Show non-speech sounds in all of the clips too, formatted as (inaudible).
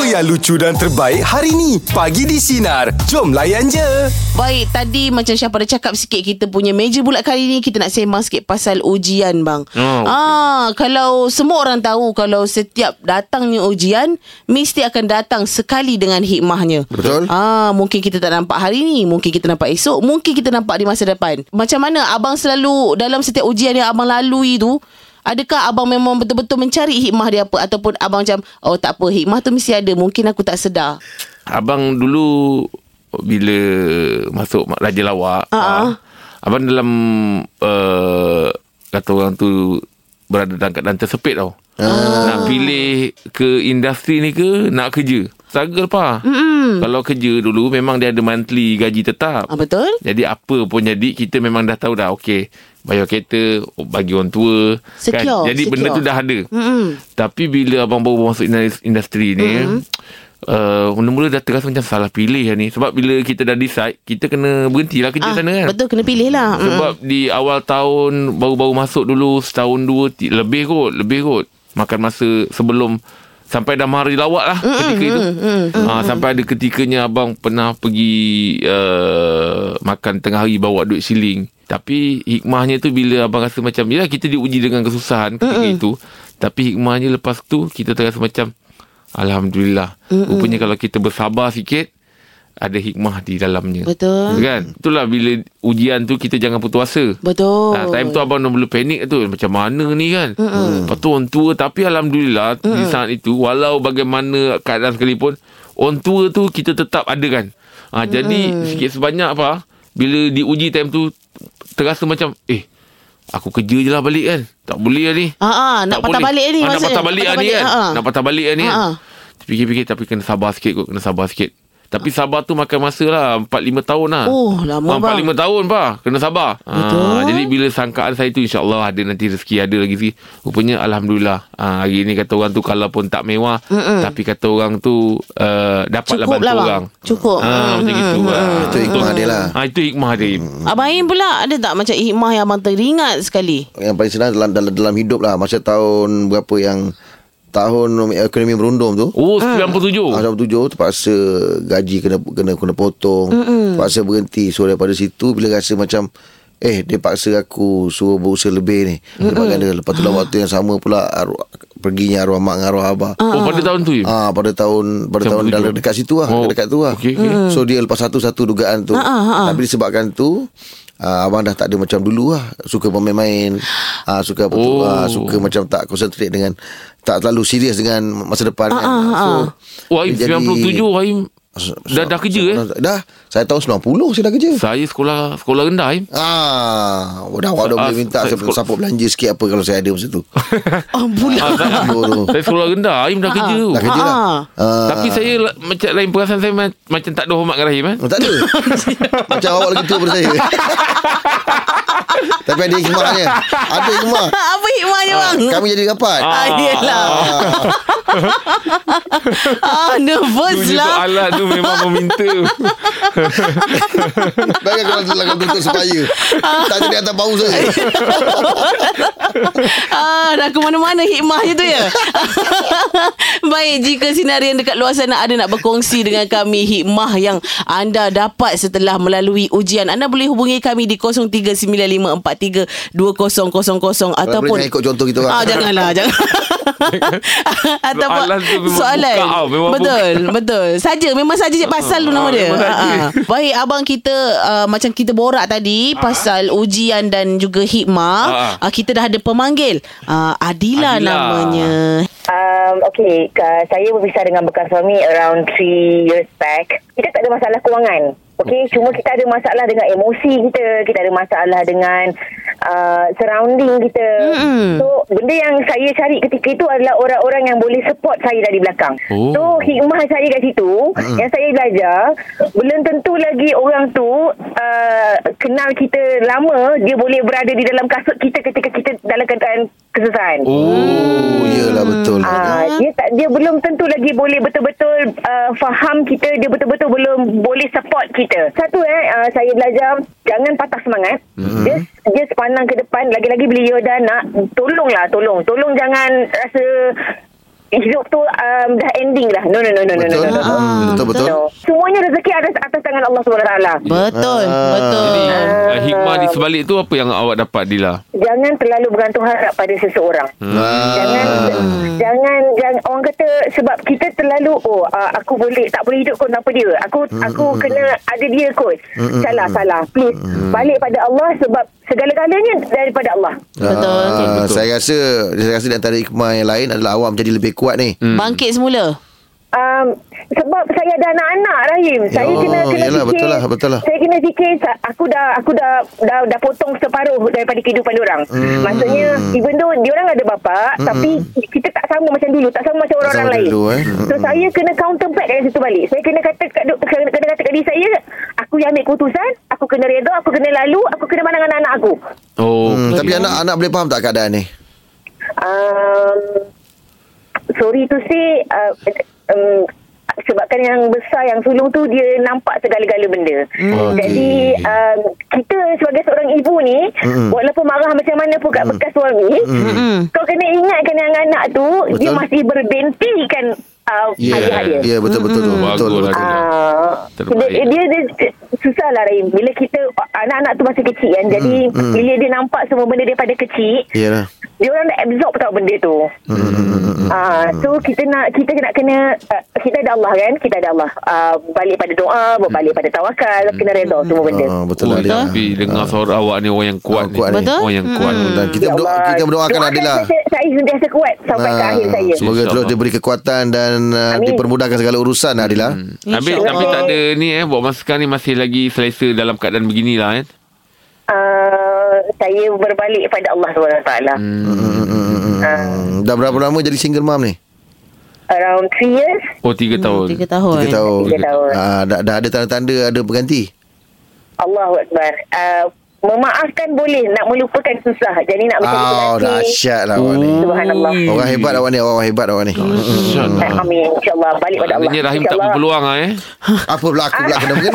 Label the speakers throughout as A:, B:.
A: yang lucu dan terbaik hari ni. Pagi di Sinar. Jom layan je.
B: Baik, tadi macam Syah pada cakap sikit kita punya meja bulat kali ni kita nak sembang sikit pasal ujian bang.
C: Oh.
B: Ah, kalau semua orang tahu kalau setiap datangnya ujian mesti akan datang sekali dengan hikmahnya.
D: Betul.
B: Ah, mungkin kita tak nampak hari ni, mungkin kita nampak esok, mungkin kita nampak di masa depan. Macam mana abang selalu dalam setiap ujian yang abang lalui tu Adakah abang memang betul-betul mencari hikmah dia apa Ataupun abang macam Oh tak apa hikmah tu mesti ada Mungkin aku tak sedar
C: Abang dulu bila masuk Raja Lawak,
B: Ah.
C: uh abang dalam uh, kata orang tu berada dalam keadaan tersepit tau. Nak pilih ke industri ni ke nak kerja. Struggle pa. Mm-mm. Kalau kerja dulu memang dia ada monthly gaji tetap.
B: ah, Betul?
C: Jadi apa pun jadi kita memang dah tahu dah okey bayar kereta bagi orang tua Kan?
B: Secure,
C: Jadi benda
B: secure.
C: tu dah ada.
B: Mm-mm.
C: Tapi bila abang baru masuk indus- industri ni mm-hmm. Uh, mula-mula dah terasa macam salah pilih lah ni Sebab bila kita dah decide Kita kena berhentilah kerja ah, sana kan
B: Betul kena pilih lah Mm-mm.
C: Sebab di awal tahun Baru-baru masuk dulu Setahun dua ti- Lebih kot Lebih kot Makan masa sebelum Sampai dah mari lawak lah mm, Ketika mm, itu mm, ha, Sampai ada ketikanya Abang pernah pergi uh, Makan tengah hari Bawa duit siling Tapi hikmahnya tu Bila abang rasa macam Yelah kita diuji dengan kesusahan Ketika mm, itu Tapi hikmahnya lepas tu Kita terasa macam Alhamdulillah mm, Rupanya kalau kita bersabar sikit Ada hikmah di dalamnya
B: Betul.
C: Kan Itulah bila ujian tu Kita jangan putus asa
B: Betul.
C: Nah, Ah, time tu abang dah mula panik tu Macam mana ni kan mm Lepas tu orang tua Tapi Alhamdulillah mm Di saat itu Walau bagaimana keadaan sekalipun Orang tua tu kita tetap ada kan ha, Jadi sikit sebanyak apa Bila diuji time tu Terasa macam Eh Aku kerja je lah balik kan Tak boleh lah ni
B: Ha ah, nak
C: Tak
B: patah
C: boleh.
B: balik ni
C: Ah, Nak
B: maksudnya.
C: patah balik lah ni kan
B: ha, ha.
C: Nak patah balik lah ni kan
B: Ha, ha.
C: Fikir-fikir tapi kena sabar sikit kot Kena sabar sikit Tapi sabar tu makan masa lah 4-5 tahun lah
B: Oh, lama
C: Ah, 4-5
B: bang.
C: tahun pa Kena sabar
B: Betul.
C: Ah, Jadi bila sangkaan saya tu InsyaAllah ada nanti rezeki Ada lagi rezeki Rupanya Alhamdulillah ah, Hari ni kata orang tu Kalau pun tak mewah Mm-mm. Tapi kata orang tu uh, Dapatlah
B: Cukup
C: bantu
B: lah bang.
C: orang
B: Cukup.
C: ah, Macam gitu ah,
D: Itu hikmah dia lah.
C: ah, Itu hikmah dia
B: Abang Aim pula ada tak macam hikmah yang abang teringat sekali?
D: Yang paling senang dalam, dalam, dalam hidup lah. Masa tahun berapa yang... Tahun ekonomi merundum tu.
C: Oh
B: Mm.
C: 97
D: Azam tujuh terpaksa gaji kena kena kena potong, Mm-mm. terpaksa berhenti. So daripada situ bila rasa macam eh dia paksa aku suruh berusaha lebih ni. Lepas ganda lepas tu dalam waktu yang sama pula arwah, perginya arwah mak dengan arwah abah.
C: Oh pada tahun tu Im?
D: Ah pada tahun pada
C: Macam
D: tahun
C: begitu.
D: dalam dekat situ lah,
C: Oh,
D: oh. dekat tu lah.
C: okey, okey. Hmm.
D: So dia lepas satu-satu dugaan tu.
B: ah,
D: Tapi disebabkan tu Uh, abang dah tak ada macam dulu lah Suka bermain-main uh, Suka apa tu
C: Oh.
D: uh, Suka macam tak concentrate dengan Tak terlalu serius dengan Masa depan kan So
C: Wah Im
D: dia jadi-
C: 97 Im Dah, dah kerja eh
D: Dah Saya tahun 90 saya dah kerja
C: Saya sekolah Sekolah rendah
D: (laughs)
C: Im
D: Ah, dah awak dah
C: Ah,
D: boleh minta
C: saya
D: saya
C: sekolah-
D: support belanja sikit apa kalau saya ada masa
C: (laughs)
D: tu.
B: Oh, pula.
C: (laughs) Ah, tak-
D: Yo, tu.
C: Saya sekolah rendah Aim dah kerja tu
D: Dah kerja
B: Ah,
D: dah. Ah,
C: Tapi saya la- Macam lain perasaan saya ma- Macam tak ada hormat dengan Rahim eh?
D: Oh, tak ada. Macam awak lagi tua daripada saya. (laughs) Tapi ada hikmahnya. Ada hikmah.
B: Apa hikmahnya bang?
D: Kami jadi rapat.
B: Ah, yelah. Ah, nervous
C: Tu je
B: lah.
C: soalan tu
E: (laughs)
C: Memang meminta
D: Bagi aku rasa lagu tutup supaya. Tak jadi atas bau saya.
B: (laughs) Ah, dah ke mana-mana hikmahnya tu ya. (laughs) Baik, jika sinari yang dekat luar sana ada nak berkongsi dengan kami hikmah yang anda dapat setelah melalui ujian, anda boleh hubungi kami di 0395432000 ataupun
D: jangan ikut contoh kita orang.
B: Ah,
D: (laughs)
B: janganlah, jangan. ataupun
C: Soalan tu memang
B: soalan.
C: buka tau, memang
B: betul, betul. Saja memang saja cik pasal tu nama
C: Ah,
B: dia.
C: memang saja.
B: Ah, ah. Baik abang kita uh, macam kita borak tadi pasal ujian dan juga hikmah,
C: Ah.
B: uh, kita dah ada pemanggil. Uh, Adila,
C: Adila.
B: namanya.
E: Um, okay, uh, saya berpisah dengan bekas suami around 3 years back. Kita tak ada masalah kewangan. Okay, cuma kita ada masalah dengan emosi kita. Kita ada masalah dengan uh, surrounding kita.
B: Mm-mm.
E: So, benda yang saya cari ketika itu adalah orang-orang yang boleh support saya dari belakang.
C: Oh.
E: So, hikmah saya kat situ, yang saya belajar, belum tentu lagi orang tu uh, kenal kita lama, dia boleh berada di dalam kasut kita ketika kita dalam keadaan kesusahan.
D: Oh, iyalah betul.
E: Ah, dia tak dia belum tentu lagi boleh betul-betul uh, faham kita dia betul-betul belum boleh support kita satu eh uh, saya belajar jangan patah semangat
D: Hmm.
E: mm-hmm. just just pandang ke depan lagi-lagi bila you dah nak tolonglah tolong tolong jangan rasa hidup tu um, dah ending lah. No, no, no, no, no, no,
D: Betul?
E: no, no.
D: Ah, Betul betul.
E: No. Semuanya rezeki ada atas tangan Allah SWT.
B: Betul,
D: Ah.
B: betul.
C: Jadi uh, hikmah di sebalik tu apa yang awak dapat Dila?
E: Jangan terlalu bergantung harap pada seseorang.
D: Hmm. Ah.
E: Jangan, jangan jangan orang kata sebab kita terlalu oh uh, aku boleh tak boleh hidup kot tanpa dia. Aku aku kena ada dia kot. Salah salah. Please balik pada Allah sebab segala-galanya daripada Allah.
B: Betul.
D: Ah, saya rasa saya rasa di antara hikmah yang lain adalah awak menjadi lebih kuat ni.
C: hmm.
B: Bangkit semula.
E: Um, sebab saya ada anak-anak Rahim. Saya
D: Ya,
E: kena kena
D: yelah,
E: fikir.
D: betul lah, betul lah.
E: Saya kena fikir sa- aku dah aku dah dah, dah potong separuh daripada kehidupan orang. Hmm. Maksudnya even though dia orang ada bapa hmm. tapi kita tak sama macam dulu, tak sama macam orang-orang
D: sama
E: lain.
D: dulu, eh.
E: So saya kena counter back dekat situ balik. Saya kena kata kat dok- kena, kena kata kat diri saya, aku yang ambil keputusan, aku kena reda, aku kena lalu, aku kena pandang anak-anak aku.
C: Oh,
D: Hmm,
C: hmm,
D: tapi anak anak boleh faham tak keadaan ni?
E: Um, sorry to say, uh, um, sebabkan yang besar, yang sulung tu dia nampak segala-gala benda.
D: Hmm.
E: Jadi
D: Okey.
E: um, kita sebagai seorang ibu ni,
D: Hmm.
E: walaupun marah macam mana pun kat bekas suami, kau kena ingatkan yang anak tu, dia
D: Betul.
E: masih berbentikan uh,
D: Ya,
E: ayah dia.
D: ya betul betul tu.
C: Bagus
D: Betul.
C: lah.
D: betul.
E: Ah, dia,
C: Terbaik.
E: dia, dia, dia susah lah Rahim bila kita anak-anak tu masih kecil kan jadi
D: hmm.
E: bila dia nampak semua benda daripada kecil
D: Yalah.
E: dia orang nak absorb tau benda tu. Hmm. Ah, so kita nak kita nak kena uh, kita ada Allah kan? Kita ada Allah. Uh, balik pada doa, balik pada tawakal, kena reda semua benda.
D: Hmm. Ah, betul
C: Oh,
D: lah dia.
C: tapi dengar suara awak ni orang yang kuat,
D: Orang kuat ni. Hmm.
C: ni.
B: Betul?
C: Orang yang kuat.
D: Dan kita
E: Ya
D: berdoa,
E: Allah,
D: kita berdoakan
E: doakan
D: Adila.
E: Saya, saya sentiasa kuat sampai ke
D: Ah,
E: akhir saya.
D: Semoga terus
C: InsyaAllah.
D: diberi kekuatan dan uh,
E: Amin.
D: dipermudahkan segala urusan ah. Adila.
C: Tapi
B: InsyaAllah.
C: tapi tak ada ni eh buat masa sekarang ni masih lagi selesa dalam keadaan beginilah eh.
E: Uh, saya berbalik pada Allah SWT. Hmm. Ah.
D: Hmm, dah berapa lama jadi single mom ni?
E: Around 3 years.
C: Oh 3
E: Hmm,
C: tahun.
B: Tiga tahun.
D: Tiga tahun.
E: Tiga tahun.
D: Ah, dah, dah ada tanda-tanda ada pengganti.
E: Allahu Akbar. Uh, memaafkan boleh, nak melupakan susah. Jadi nak mencari
D: Oh,
E: pengganti.
D: dahsyat lah awak ni.
E: Subhanallah.
D: Orang hebat awak Hmm. ni, orang hebat awak
E: (laughs)
D: ni.
E: Eh,
C: Insyaallah.
E: Amin. InsyaAllah. Balik pada Allah.
C: Maknanya Rahim tak
E: InsyaAllah.
C: berpeluang lah eh.
D: Apa berlaku pula kena benda?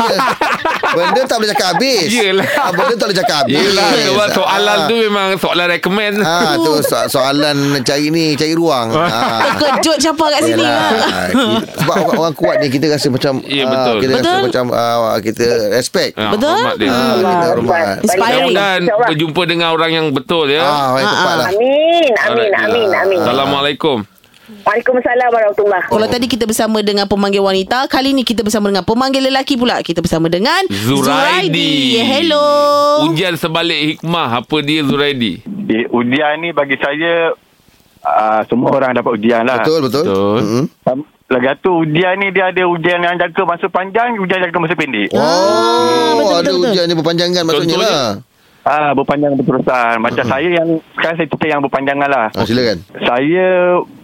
D: Benda tak boleh cakap habis.
C: Yelah.
D: Ah, Benda tak boleh cakap habis.
C: Yelah (laughs) sebab soalan
D: Ah.
C: tu memang soalan recommend.
D: Ah, tu so- soalan cari ni, cari
C: (laughs)
D: ruang. Ah.
B: Kejut siapa kat sini. (laughs)
D: Yelah.
B: Mak?
D: Ah, ki- Sebab orang, orang kuat ni kita rasa macam
C: Ya,
D: ah,
C: betul.
D: kita rasa
B: Betul.
D: macam ah, kita respect.
C: Ah,
B: Betul?
C: hormat dia.
D: Ah,
E: Allah
D: kita
E: Akbar.
D: hormat.
E: Balik
B: Inspiring.
E: pada Allah.
C: Dan
E: InsyaAllah.
C: berjumpa dengan orang yang betul ya.
D: Ah, baik tepat lah.
E: Amin, amin, amin, amin.
C: Assalamualaikum.
E: Waalaikumsalam warahmatullahi.
B: Kalau tadi kita bersama dengan pemanggil wanita, kali ni kita bersama dengan pemanggil lelaki pula. Kita bersama dengan
C: Zuraidi.
B: Zuraidi. Hello.
C: Ujian sebalik hikmah apa dia Zuraidi?
F: Eh, ujian ni bagi saya uh, semua orang dapat ujian lah.
D: Betul, betul. Hmm.
C: Betul.
D: Mm-mm.
F: Sam- Lagi satu ujian ni dia ada ujian yang jangka masa panjang, ujian jangka masa pendek.
D: Oh,
B: Ah, betul,
D: ada
B: betul, betul.
D: ujian ni berpanjangan maksudnya
C: Contohnya?
D: lah.
F: Ah berpanjang berterusan. Macam saya yang sekarang saya cerita yang berpanjangan lah.
D: Hmm. Ah, silakan.
F: Saya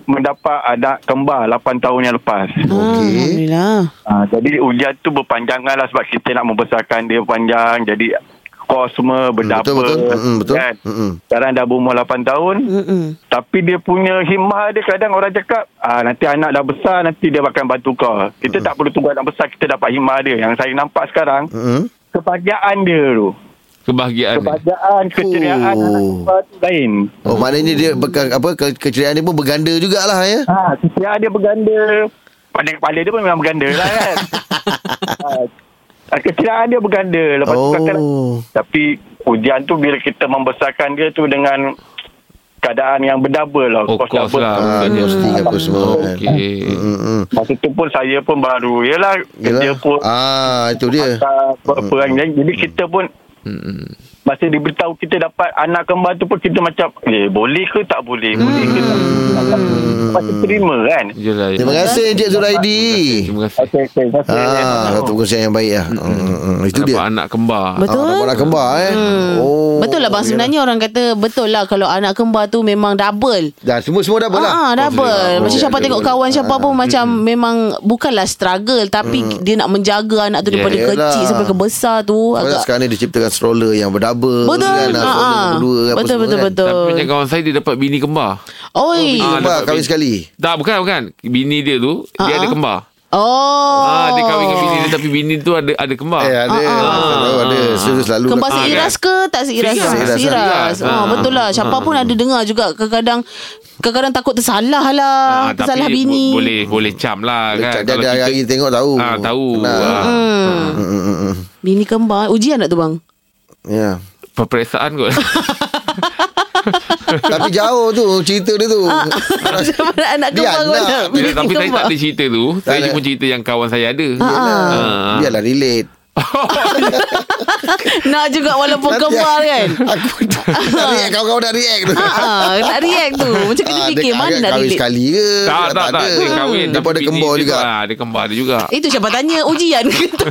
F: mendapat anak kembar 8 tahun yang lepas.
D: Okey.
B: Alhamdulillah.
F: Ah, jadi ujian tu berpanjangan lah sebab kita nak membesarkan dia panjang. Jadi kos semua
D: Hmm,
F: berdapa.
D: betul, betul. Mm-mm, betul. Hmm.
F: Kan?
D: Mm-mm.
F: Sekarang dah berumur 8 tahun.
B: Mm-mm.
F: Tapi dia punya himmah dia kadang orang cakap ah, nanti anak dah besar nanti dia akan bantu kau. Kita
D: Hmm.
F: tak perlu tunggu anak besar kita dapat himmah dia. Yang saya nampak sekarang
B: Ah.
D: Mm-mm.
F: kebahagiaan dia tu.
C: Kebahagiaan. dia.
F: Kebahagiaan, keceriaan
D: Oh.
F: anak besar tu lain.
D: Oh, maknanya dia berka, apa ke- keceriaan dia pun berganda jugalah ya.
F: Ha, keceriaan dia berganda. Pada kepala dia pun memang berganda lah
D: (laughs)
F: kan. ha, keceriaan dia berganda. Lepas tu kakak
D: Oh.
F: tapi ujian tu bila kita membesarkan dia tu dengan keadaan yang berdouble lah.
C: Oh,
F: Kos
C: kos
F: double.
C: lah.
D: Ah,
C: Bukannya-
D: posting apa semua. kan.
C: Okey.
D: Mm-mm.
F: Masa tu pun saya pun baru. Yelah, kerja
D: Yelah.
F: pun
D: Ah, Hmm, itu dia.
F: hantar perang jadi, jadi kita pun
D: Hmm,
C: Mm-mm.
F: masa diberitahu kita dapat anak kembar tu pun kita macam eh boleh ke tak boleh boleh ke tak
D: Hmm.
F: boleh Masa terima kan
C: Yelah. ya.
D: Terima kasih Encik Zuraidi.
C: Terima kasih.
F: Okay, okay.
D: Ah, satu perkongsian yang baik lah. Mm-mm. Itu
C: Dapat
D: dia.
C: anak kembar.
D: Ah,
B: Betul.
D: dapat anak kembar eh. Oh.
B: Betul lah bang sebenarnya orang kata betul lah kalau anak kembar tu memang double.
D: Dah semua semua double lah. Hmm,
B: Ah, double.
D: Oh,
B: Macam siapa
D: double.
B: tengok kawan siapa pun macam memang bukanlah struggle tapi dia nak menjaga anak tu
C: Yeah.
B: daripada
D: Hmm. Ya, Yelah.
B: kecil sampai ke besar tu
D: Sebab
B: agak
D: sekarang ni diciptakan stroller yang berdouble
B: Betul.
D: kan,
B: Ah,
D: ah, stroller
B: ah.
D: berdua kan, apa
B: Betul
D: semua
B: betul
D: kan.
B: betul.
C: Tapi macam kawan saya dia dapat bini kembar.
B: Oi.
D: Bini
C: Ah,
D: kembar
C: dapat
D: kahwin
C: bini.
D: sekali.
C: Tak bukan bukan. Bini dia tu uh-huh. dia
B: Ah,
C: ada
B: ah.
C: kembar.
B: Oh.
C: Ah dia kahwin dengan bini dia tapi bini tu ada ada kembar.
D: Oh. Eh
B: Ah,
D: ada. Tahu ada. Serius selalu.
B: Kembar
C: Ah,
B: seiras ke tak seiras?
C: Seiras.
B: Seiras.
D: Seiras,
B: seiras.
C: seiras.
B: Ah,
C: Ah.
B: betul lah. Siapa pun ada dengar juga kadang-kadang Kadang-kadang takut tersalah lah
C: Ah,
B: Tersalah
C: tapi
B: bini
C: bo- boleh boleh cam lah
D: Boleh
C: kan.
D: cam. Dia ada hari-hari tengok tahu.
C: Ah, tahu.
D: Nah.
C: Ah.
B: Hmm.
D: Mm, mm, mm, mm.
B: Bini kembar Ujian tak tu
D: (laughs)
B: bang?
C: (laughs)
D: Ya.
C: Peperiksaan
B: (laughs)
C: kot.
D: Tapi jauh tu cerita dia tu.
B: Ah. Daripada anak
D: Dia
B: kembar kau
D: anak.
B: nak
C: Bila,
B: bini
C: tapi saya tak
B: kembar.
C: ada cerita tu.
D: Tak
C: saya
D: ada.
C: cuma cerita yang kawan saya ada.
B: Ah,
C: Ah.
D: Yelah. Biarlah relate.
B: Nak juga walaupun
D: Nanti
B: kembar
D: aku-
B: kan
D: (laughs) Aku dah dah react Kawan-kawan dah react tu
B: Ha, nak react tu Macam kena
D: Ah, dia
B: fikir Mana
D: agak
B: nak
D: kahwin
B: relate
D: sekali ke
C: tak, tak, tak. Dia kahwin.
D: Dia
C: tapi
D: pun ada
C: bini
D: kembar
C: dia
D: juga
C: tu, ah, Dia kembar dia juga.
B: Itu siapa tanya ujian ke
D: (laughs)
B: tu?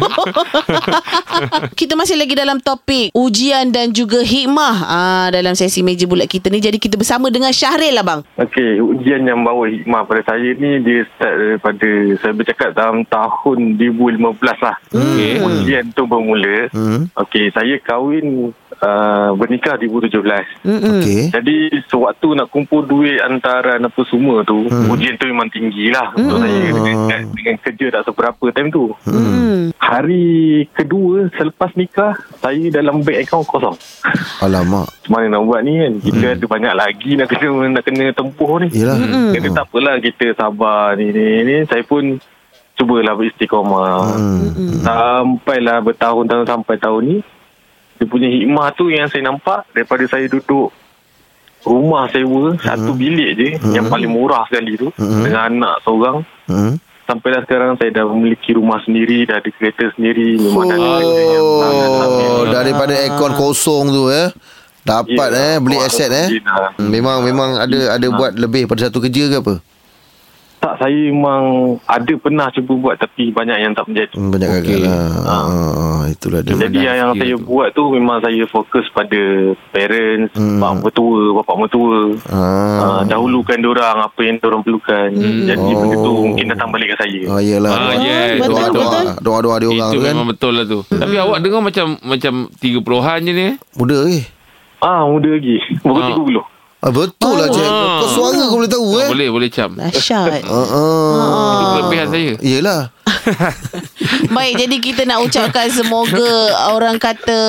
B: kita masih lagi dalam topik ujian dan juga hikmah ah, dalam sesi meja bulat kita ni. Jadi kita bersama dengan Syahril lah bang.
G: Okey, ujian yang bawa hikmah pada saya ni dia start daripada saya bercakap dalam tahun 2015 lah.
B: Hmm.
C: Okey.
G: Ujian tu bermula.
D: Hmm.
G: Okey, saya kahwin uh, bernikah 2017.
D: Hmm. Okey
G: Jadi sewaktu nak kumpul duit antara apa semua tu, ujian tu memang tinggi lah untuk saya dengan, dengan kerja tak seberapa time tu.
B: Hmm.
G: Hari kedua selepas nikah, saya dalam bank account kosong.
D: Alamak
G: Mana nak buat ni kan Kita ada banyak lagi Nak kena nak kena tempuh ni
D: Yelah
G: mm. Kata tak apalah Kita sabar ni ni ni Saya pun Cubalah beristiqamah
D: Hmm.
G: mm. Sampailah bertahun-tahun Sampai tahun ni Dia punya hikmah tu Yang saya nampak Daripada saya duduk Rumah sewa
D: Hmm.
G: Satu bilik je Yang paling murah sekali tu Dengan anak seorang
D: Hmm.
G: Sampailah sekarang Saya dah memiliki rumah sendiri Dah ada kereta sendiri Memang dah ada kerja yang sangat-sangat
D: Oh Daripada aircon kosong tu eh Dapat eh
G: Ya,
D: Beli
G: buat Ah.
D: aset eh
G: ujian lah.
D: Hmm, Memang memang ada ada buat lebih pada satu kerja ke apa?
G: Tak, saya memang ada pernah cuba buat tapi banyak yang tak menjadi.
D: Hmm, Banyak
C: Okey.
D: gagal. lah. Ha.
G: Ah.
D: ha, itulah dia.
G: Jadi yang, yang
C: Skill
G: saya
C: tu.
G: buat tu memang saya fokus pada parents,
D: Hmm.
G: hmm. mak mertua, bapak mertua.
D: Ha.
G: Ah, dahulukan diorang apa yang diorang perlukan. Jadi
D: Oh.
G: benda tu mungkin datang balik ke saya.
D: Oh yelah.
C: Ah,
D: doa-
C: yes,
D: doa-
B: betul,
D: doa-
B: betul.
D: Doa-doa dia orang
C: Itu
D: tu kan.
C: memang betul lah tu. Tapi
B: Hmm.
C: awak dengar macam macam 30-an je ni. eh?
D: Muda ke?
G: Ah, muda lagi. Baru
C: Ah.
G: ah.
D: Ah, betul lah cik.
C: Ah.
D: Kau suara kau boleh tahu eh.
C: Boleh, boleh cam.
B: Dahsyat.
D: (laughs) Ha.
C: Itu
D: ha.
C: kelebihan saya.
D: Yelah.
B: Baik, jadi kita nak ucapkan semoga orang kata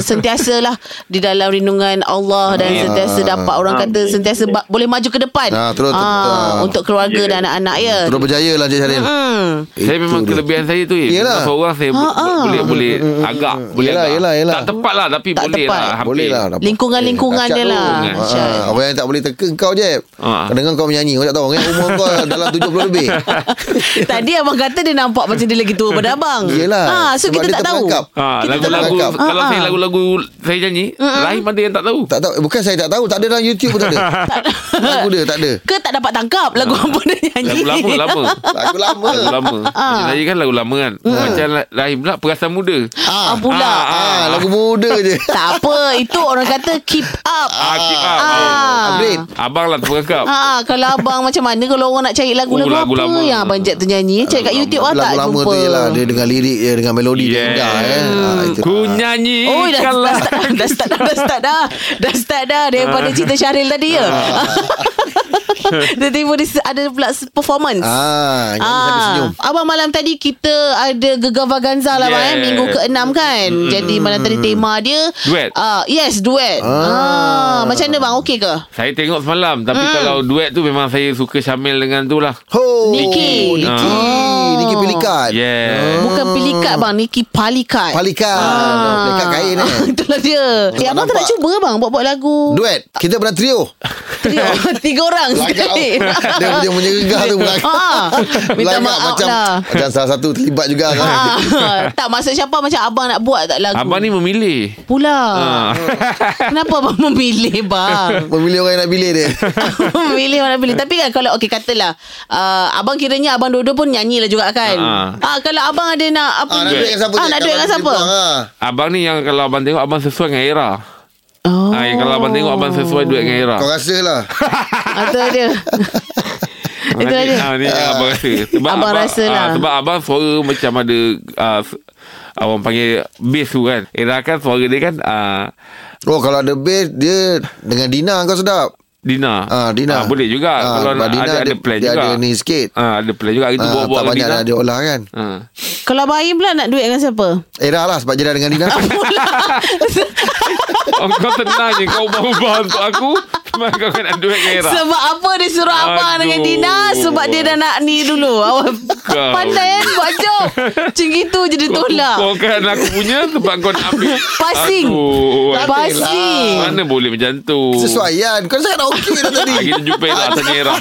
B: sentiasalah di dalam lindungan Allah dan sentiasa dapat orang kata sentiasa ba- boleh maju ke depan.
D: Ah, terus- ah.
B: untuk keluarga dan anak-anak ya.
D: Terus berjaya lah Cik Syaril.
B: Hmm.
C: Saya
D: Itu
C: memang
D: dia.
C: kelebihan saya tu. eh.
D: Yelah. Hmm,
C: Bukan Seorang saya bo-
B: Ha, ha.
C: boleh boleh agak, boleh
D: Yelah,
C: agak.
D: yelah, yelah.
C: Tak tepat lah tapi
B: Tak
C: boleh
B: tepat.
C: lah. hampir.
D: Boleh lah dapat.
B: Lingkungan-lingkungan
D: Eh,
B: dia
D: dahsyat
B: lah,
D: tu. Ha,
B: Syah.
D: Orang yang tak boleh teka kau je
C: Ah.
D: Kadang-kadang kau menyanyi Kau tak tahu kan Umur kau (laughs) dalam 70 lebih
B: (laughs) Tadi abang kata dia nampak macam dia lagi tua pada abang.
D: Yelah
B: Ha, so
D: Sebab
B: kita
D: dia
B: tak tahu.
D: terperangkap.
C: Ha,
D: Kita
C: lagu-lagu
D: terperangkap.
C: kalau
B: Ah,
C: saya
B: ah.
C: lagu-lagu saya nyanyi, lain ada yang tak tahu.
D: Tak tahu eh, Bukan saya tak tahu Tak ada dalam YouTube
B: (laughs)
D: pun tak ada Lagu dia tak ada
B: Ke tak dapat tangkap lagu apa dia nyanyi.
C: Lagu lama lama.
D: Lagu lama
C: Lagu lama. Macam saya kan lagu lama kan. Macam lain pula perasan muda.
B: (laughs) Ah, pula.
D: ah, ah, Lagu muda je
B: Tak apa, itu orang kata keep up.
C: Ah, keep up.
B: Ah.
D: Upgrade
C: Abang lah terperangkap.
B: Ha, kalau abang macam mana kalau orang nak cari lagu-lagu
C: Oh,
B: apa
C: lagu lama.
B: yang abang Jack tu nyanyi, cari kat
C: Lagu
B: YouTube lah tak
D: Ah, Lagu lama
B: jumpa.
D: tu je lah Dia dengan lirik dia Dengan melodi dia
C: Yeah.
D: indah eh. Ah, itu.
C: Ku lah.
D: Ah.
C: nyanyi
B: Oh dah, dah start dah Dah start dah Dah start dah Dah start dah Daripada
C: Ah.
B: cerita Syahril tadi ya (laughs) Tiba-tiba dia ada pula performance
D: Ah, nyanyi sambil
B: Ah,
D: senyum.
B: Abang malam tadi kita ada Gegar Vaganza lah bang eh
C: Yes. Hmm.
B: Minggu ke-6 kan Jadi malam tadi tema dia
C: Duet.
B: Ah, Yes duet ah. Macam mana bang okey ke?
C: Saya tengok semalam Tapi kalau duet tu Memang saya suka Syamil dengan tu lah
D: Ho,
B: Niki.
D: Niki,
B: Ah.
D: Niki pelikat.
C: Yeah
B: Bukan
D: Hmm.
B: pelikat bang Niki palikat
D: Palikat.
B: Ah.
D: Pelikat kain eh.
B: (laughs) Itulah dia Eh abang tak nak
D: nampak.
B: cuba bang Buat-buat lagu
D: Duet. Kita pernah trio.
B: Trio
D: (laughs)
B: Tiga orang
D: Belagak.
B: sekali
D: (laughs) Dia punya menyegah tu belagak. (laughs)
B: Ah, (laughs) minta
D: Belagak
B: maaf
D: macam,
B: lah.
D: Macam salah satu terlibat juga kan.
B: Ah, tak maksud siapa Macam abang nak buat tak lagu
C: Abang ni memilih
B: Pula
C: Ah. (laughs)
B: Kenapa abang memilih bang
D: Memilih orang yang nak
C: (laughs)
D: pilih dia.
B: (laughs) Memilih mana pilih Tapi kan kalau Okay katalah uh, Abang kiranya Abang Dodo pun nyanyi lah juga kan
C: Ah.
B: ah, Kalau abang ada nak apa
D: Ah, nak
B: ni?
D: duet dengan siapa?
B: ah,
D: Cik?
B: Nak duet dengan
D: Kawan
B: siapa
D: dia buang, ah.
C: Abang ni yang Kalau abang tengok Abang sesuai dengan era
B: Oh
D: ah.
C: oh. ha, yang Kalau abang tengok Abang sesuai duet dengan era
D: Kau rasa lah.
B: Itu
C: (laughs)
B: dia
C: Ah,
B: Itu
C: ni-
B: dia
C: ah, Ni yang abang
D: (laughs)
C: rasa Sebab
B: Abang rasa
C: ah,
B: lah.
C: Sebab abang suara Macam ada ah, s- Abang panggil Bass tu kan Era kan suara dia kan ah,
D: Oh, kalau ada bass, dia dengan Dina kau sedap.
C: Dina
D: Ah, Dina.
C: Ah, Boleh juga
D: Ah,
C: Kalau
D: sebab
C: nak-
D: Dina
C: ada, ada
D: dia-
C: plan
D: dia
C: juga
D: ada ni sikit.
C: ah, Ada plan juga Kita
D: Ah,
C: bawa-bawa
D: tak
C: dengan
D: banyak
C: Dina
D: dah dia olah kan.
C: Ah.
B: Kalau abang Aim pula Nak duet dengan siapa
D: Era lah sebab
B: (laughs)
D: jeda dengan Dina.
C: Oh, kau tenang je Kau ubah-ubah untuk aku Memang kau nak duit merah.
B: Sebab apa dia suruh Aduh. abang
C: Aduh.
B: dengan Dina Sebab dia dah nak ni dulu Awak
C: Kau.
B: (laughs) pandai kan buat
C: (laughs)
B: job Macam gitu je dia
C: Kau
B: tolak
C: kukuhkan aku punya sebab kau nak ambil.
B: Passing.
C: Aduh,
B: Tak Passing
C: Mana boleh macam tu.
D: Sesuaian Kau cakap dah okey dah tadi
C: Ah, Kita jumpa lah Tanya
D: (laughs)
C: Era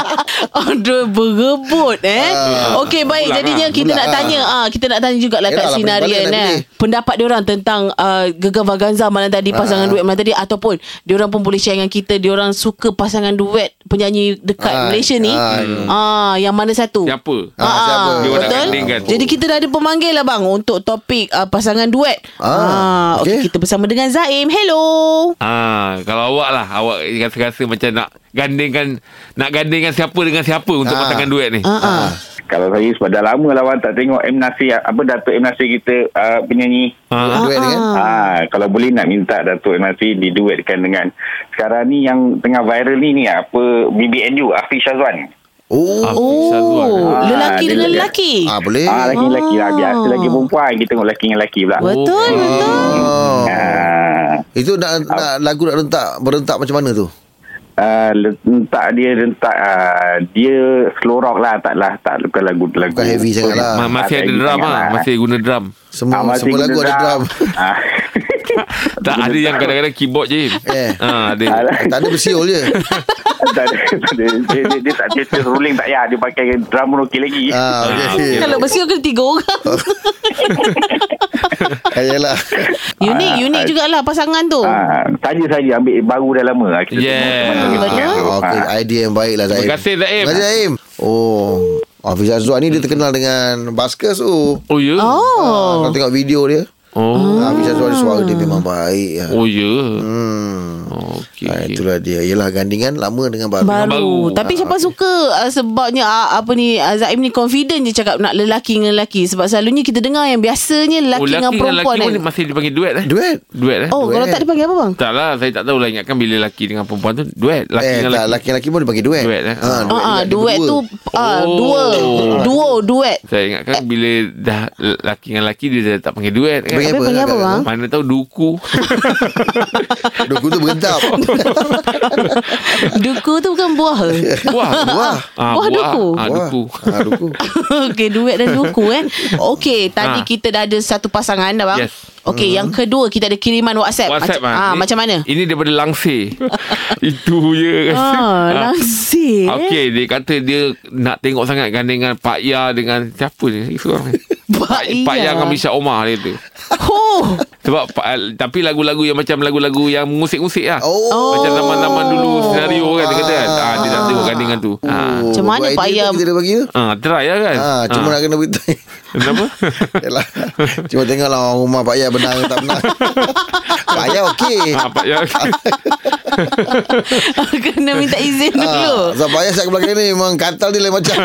B: (laughs) Aduh berebut eh
D: Ah.
B: Okey baik
C: Bulan
B: Jadinya
C: lah,
B: kita
D: bulan
B: nak
D: lah.
B: tanya ah Kita nak tanya jugalah
D: Yelah
B: Kat
D: lah,
B: Sinarian
D: balik dah
B: eh
D: pilih.
B: Pendapat diorang tentang uh, Gegar Vaganza malam tadi
D: Ah.
B: Pasangan duet malam tadi Ataupun Diorang pun boleh share dengan kita Diorang suka pasangan duet Penyanyi dekat
D: Ah,
B: Malaysia ni
D: ah,
B: ah, Yang mana satu
C: Siapa
D: Ah, siapa?
B: Ah,
C: Dia orang nak
B: betul.
C: gandingkan.
B: Jadi kita dah ada pemanggil lah bang untuk topik uh, pasangan duet. Ah,
D: Ah,
B: okay.
D: okey.
B: kita bersama dengan Zaim. Hello.
C: Ah, kalau awak lah Awak rasa-rasa macam nak Gandingkan Nak gandingkan siapa dengan siapa Untuk
D: Ah.
C: pasangan duet ni
B: Ah, ah.
F: Kalau saya sebab dah lama lah orang tak tengok M. Nasir apa Datuk M. Nasir kita uh, penyanyi.
C: Ah.
D: Duet ni kan
F: Ah. kalau boleh nak minta Datuk M. Nasir diduetkan dengan sekarang ni yang tengah viral ni ni apa BBNU Afiq Syazwan.
D: Oh
C: Ah, Syazwan.
B: Oh,
F: Ah,
B: lelaki
F: dia
B: dengan
F: juga.
B: lelaki.
D: Ah boleh
F: Ah lelaki-lelaki lah
B: Ah.
F: biasa lelaki perempuan kita tengok lelaki dengan lelaki pula.
B: Betul,
C: Oh.
B: betul.
D: Oh.
F: Ah,
D: Itu nak, nak lagu nak rentak Berentak macam mana tu
F: ah, rentak dia rentak ah, dia slow rock lah taklah tak bukan lagu lagu
D: Bukan heavy sangat lah
C: Ma- Masih
F: Ah,
C: ada
F: tak
C: drum
F: ingat
C: ah,
F: lah.
C: Masih guna drum
D: Semua,
F: Ah, masih
D: semua
F: guna
D: lagu ada drum (laughs)
F: Ah.
C: Tak ada yang kadang-kadang keyboard je
D: Eh.
C: ah, Ada
F: Alah.
D: Tak ada bersiul je
F: (laughs) tak ada, tak ada. Dia, dia, dia tak dia, dia rolling tak payah dia pakai drum pun okey lagi.
D: ah, okay.
B: Kalau bersih kena tiga (laughs) orang.
D: Ayolah
B: unik, unik jugalah lah pasangan tu.
F: Ah, saja saja ambil baru dah lama lah kita
C: Yeah.
F: tengok macam mana kita
D: Okay,
F: tengok. Ah.
D: idea yang baik lah Zaim
C: Terima kasih, Zaim.
D: Terima kasih Zaim Oh Hafiz Azwan ni dia terkenal dengan Baskers tu
C: Oh ya
B: Oh. Hmm.
D: Kalau tengok video dia
C: Oh
D: ah. Hafiz Azwan ni suara dia memang baik ah.
C: Oh ya
D: Hmm.
C: Okey
D: Ah, itulah dia Yelah gandingan lama dengan baru,
B: Ah, Baru.
C: baru.
B: Tapi siapa suka uh, sebabnya uh, apa ni uh, Zaim ni confident je cakap nak lelaki dengan lelaki sebab selalunya kita dengar yang biasanya lelaki,
C: Oh,
B: oh, dengan
C: lelaki dengan
B: perempuan
C: lelaki pun
B: kan.
C: masih dipanggil duet eh
D: Duet
C: Duet eh
B: Oh, kalau tak dipanggil apa bang?
C: Tak lah Saya tak tahulah Ingatkan bila laki dengan perempuan tu Duet Laki
D: eh,
C: dengan
D: tak,
C: laki
D: laki-laki pun dipanggil duet.
C: Duet, eh?
D: Ah,
B: Ah, ah, duet
D: dia
B: tu
D: berdua.
B: ah,
C: Oh.
B: dua. Duo, duet.
C: Saya
B: Eh.
C: ingatkan bila dah laki dengan laki dia dah tak panggil duet kan.
D: Panggil
B: Tapi panggil apa, bang?
C: Mana tahu
D: (laughs)
C: duku.
D: Duku tu
C: (laughs)
D: bergentap.
B: Duku tu bukan (laughs) buah ke?
C: Buah.
D: Buah.
C: Ah,
B: Buah duku.
C: Ah, duku.
D: Wah, Ah,
B: (laughs)
D: duku.
B: Okey, duet dan duku eh. Okey, tadi
C: Ah.
B: kita dah ada satu pasangan dah bang.
C: Yes.
B: Okey, yang kedua kita ada kiriman WhatsApp.
C: WhatsApp
B: macam,
C: ah.
B: ah,
C: Ini-
B: macam mana?
C: Ini daripada
B: (laughs)
C: Langsir. Itu je.
B: Ah, langsir. eh.
C: Okey, dia kata dia nak tengok sangat gandengan Pak Ya dengan siapa ni? Seorang ni.
B: (laughs) Pak
C: Pak Ya
B: Ya.
C: dengan Misha Omar dia tu.
B: (laughs) Oh.
C: Sebab pa- tapi lagu-lagu yang macam lagu-lagu yang musik-musik
B: Ah,
C: lah.
D: Oh.
C: Macam zaman-zaman dulu senario kan dia kata kan. Ah, dia nak tengok gandingan tu. Ah.
B: Macam mana
D: Buat idea
B: Pak
D: tu
B: Yam?
D: Kita dah bagi tu.
C: Ah, try lah kan.
D: Ha, cuma nak kena beritahu. (laughs)
C: Kenapa?
D: Yalah. Cuma tengoklah orang rumah Pak Yam benar ke tak
C: (laughs)
D: benar. Pak Yam okey.
C: ah, Pak Ya.
B: Kena minta izin
C: Ah.
B: dulu.
D: Ha, sebab Pak Yam siap belakang ni memang katal dia lain
C: (laughs)
D: macam.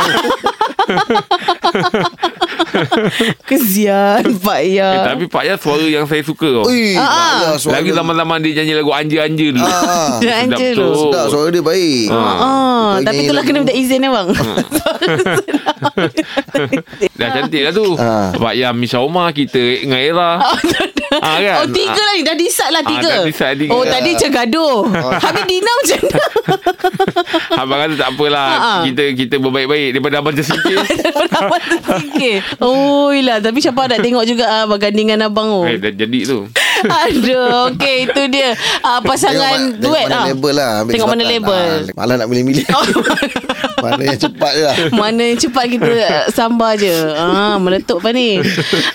B: Kesian Pak Ya.
C: Eh, tapi Pak Ya suara yang saya suka tau.
D: Ui, Pak Yam suara
C: Ah, Lagi
D: dia-
C: zaman-zaman dia nyanyi lagu Anja-Anja dulu. (laughs)
D: Ah.
B: Sedap Anja tu.
D: Sedap suara dia baik.
C: Ah.
B: Ah,
D: Dia
B: tapi
D: nyanyi
B: itulah
D: lagu-
B: kena minta izin eh bang. (laughs)
C: Dah cantik lah tu.
D: Ah.
C: Pak Ya, Misha Omar, kita dengan
B: (laughs)
C: Era. Ah, kan?
B: Oh tiga
C: Ah.
B: lah ni Dah decide lah
C: Ah,
B: tiga
C: dah decide tiga.
B: Oh tadi macam gaduh
D: Ah.
B: Habis Dina macam mana
C: Abang kata tak apalah.
B: Ah, ah.
C: Kita kita berbaik-baik daripada abang tersingkir.
B: Abang tersingkir Oh lah Tapi siapa nak tengok juga ah, Bergandingan abang (laughs) oh.
C: eh, dah jadi tu.
B: Aduh Okay itu dia ah, Pasangan
D: Tengok
B: duet
D: mana
B: lah
D: label lah ambil
B: Tengok mana
D: kesempatan.
B: label Oh.
D: Ah, Malah nak milih-milih (laughs)
B: (laughs)
D: Mana yang cepat je lah
B: Mana yang cepat kita uh, sambar je ah, Meletup apa ni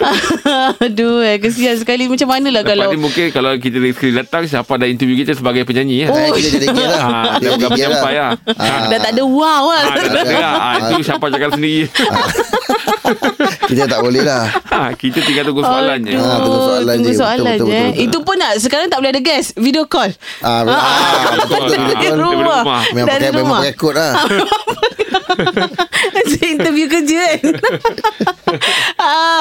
B: (laughs) Aduh eh, Kesian sekali Macam mana lah
C: Lepas
B: kalau
C: ni mungkin kalau kita sekali datang, siapa ada interview kita sebagai penyanyi
B: Oh.
C: ya.
D: Eh, Kita jadi kira
C: Ah, dah bukan penyampai lah.
D: Ah.
B: Dah tak ada wow lah
C: Ah, dah tak ada
D: (laughs)
C: lah. Ah, Itu siapa cakap sendiri.
D: Kita tak boleh lah
C: Ah, kita tinggal tunggu soalan
B: Oh,
C: je.
D: Ah,
B: tunggu
D: tunggu soalan je. Betul,
B: soalan
D: betul,
B: je, eh.
D: betul, betul.
B: Itu pun nak Sekarang tak boleh ada guest Video call
D: Ah,
B: (laughs)
D: betul. Ah, betul,
C: betul,
B: Dari
C: betul.
B: rumah
D: Memang
B: Dari
D: pakai, memang
B: rumah Ah.
D: pakai kod lah
B: (laughs) Macam interview kerja kan ah.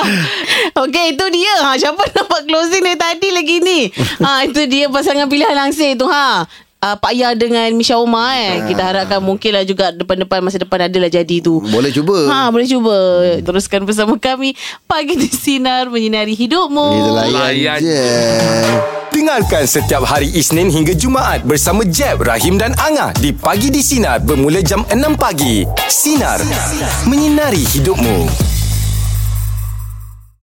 B: Okay itu dia ha, Siapa (laughs) nak buat closing dari tadi lagi ni ha, Itu dia pasangan pilihan langsir tu ha Uh, Pak Ya dengan Misha Omar eh. Kita harapkan mungkin lah juga Depan-depan masa depan adalah jadi tu
D: Boleh cuba
B: Ha, boleh cuba Teruskan bersama kami Pagi di Sinar Menyinari Hidupmu
D: Kita layan
C: Layan
D: je
A: Dengarkan setiap hari Isnin hingga Jumaat bersama Jeb, Rahim dan Angah di Pagi di Sinar bermula jam 6 pagi. Sinar. Menyinari hidupmu.